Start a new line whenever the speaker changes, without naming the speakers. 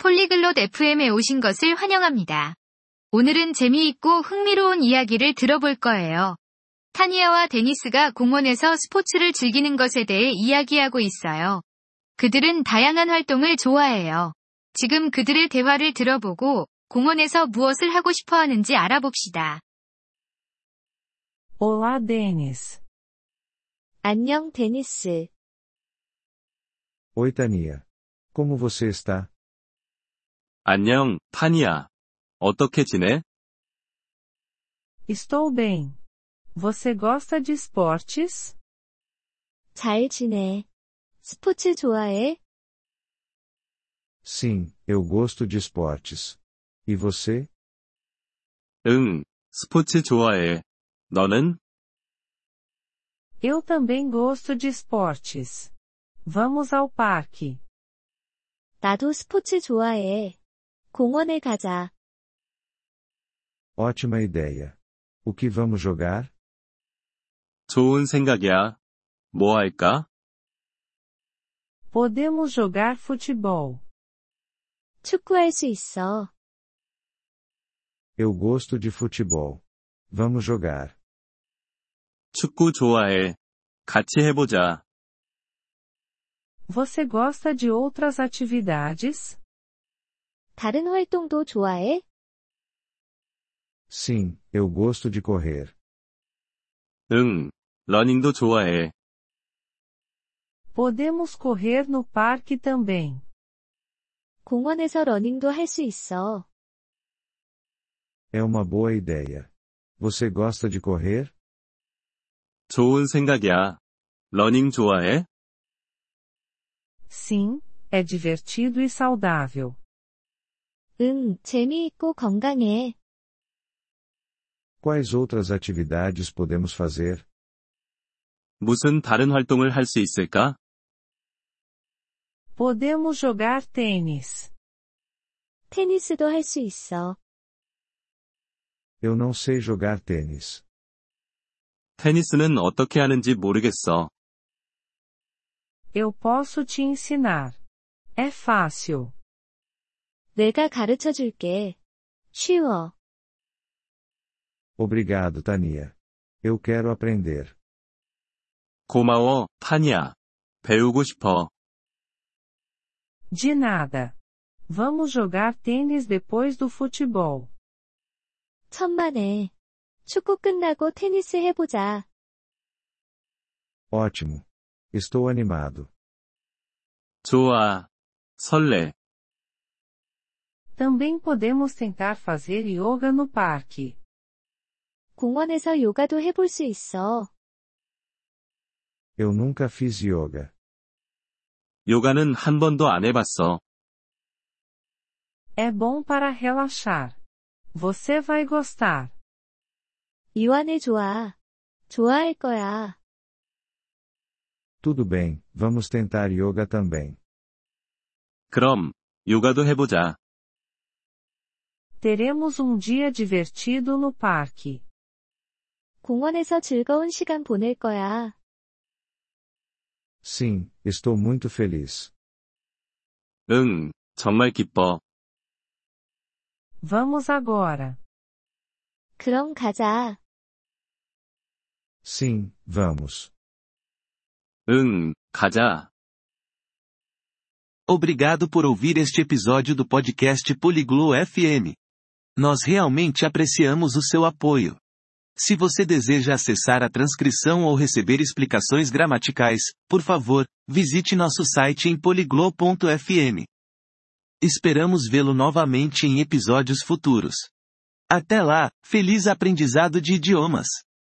폴리글롯 FM에 오신 것을 환영합니다. 오늘은 재미있고 흥미로운 이야기를 들어볼 거예요. 타니아와 데니스가 공원에서 스포츠를 즐기는 것에 대해 이야기하고 있어요. 그들은 다양한 활동을 좋아해요. 지금 그들의 대화를 들어보고 공원에서 무엇을 하고 싶어 하는지 알아봅시다.
Olá, Denis.
안녕, 데니스.
Oi, Tania. Como você está?
안녕, 타니야. 어떻게 지내?
Estou bem. Você gosta de esportes?
잘 지내. 스포츠 좋아해?
Sim, eu gosto de esportes. E você?
응, 스포츠 좋아해. 너는?
Eu também gosto de esportes. Vamos ao parque.
나도 스포츠 좋아해. 공원에 가자.
Ótima ideia. O que vamos jogar?
좋은 생각이야. 뭐 할까?
Podemos jogar futebol.
축구할 수 있어.
Eu gosto de futebol. Vamos jogar.
축구 좋아해. 같이 해보자.
Você gosta de outras atividades?
다른 활동도 좋아해?
Sim, eu gosto de correr.
응, 러닝도 좋아해.
Podemos correr no parque também.
공원에서 러닝도 할 수 있어.
É uma boa ideia. Você gosta de correr?
좋은 생각이야. 러닝 좋아해?
Sim, é divertido e saudável.
응, 재미있고 건강해.
Quais outras atividades podemos fazer?
무슨 다른 활동을 할 수 있을까?
Podemos jogar tênis.
테니스도 할 수 있어.
Eu não sei jogar tênis.
테니스는 어떻게 하는지 모르겠어.
Eu posso te ensinar. É fácil.
내가 가르쳐 줄게. 쉬워.
Obrigado, Tania. Eu quero aprender.
고마워, 타니야. 배우고 싶어.
De nada. Vamos jogar tênis depois do futebol.
천만에. 축구 끝나고 테니스 해보자.
Ótimo. Estou animado.
좋아. 설레.
Também podemos tentar fazer yoga no parque.
공원에서 요가도 해볼 수 있어.
Eu nunca fiz yoga.
요가는 한 번도 안 해봤어.
É bom para relaxar. Você vai gostar.
이완해 좋아. 좋아할 거야.
Tudo bem, vamos tentar yoga também.
그럼, 요가도 해보자.
Teremos um dia divertido no parque.
공원에서 즐거운 시간 보낼 거야.
Sim, estou muito feliz.
응, 정말 기뻐.
Vamos agora.
그럼 가자.
Sim, vamos.
응, 가자.
Obrigado por ouvir este episódio do podcast Poliglo FM. Nós realmente apreciamos o seu apoio. Se você deseja acessar a transcrição ou receber explicações gramaticais, por favor, visite nosso site em poliglo.fm. Esperamos vê-lo novamente em episódios futuros. Até lá, feliz aprendizado de idiomas!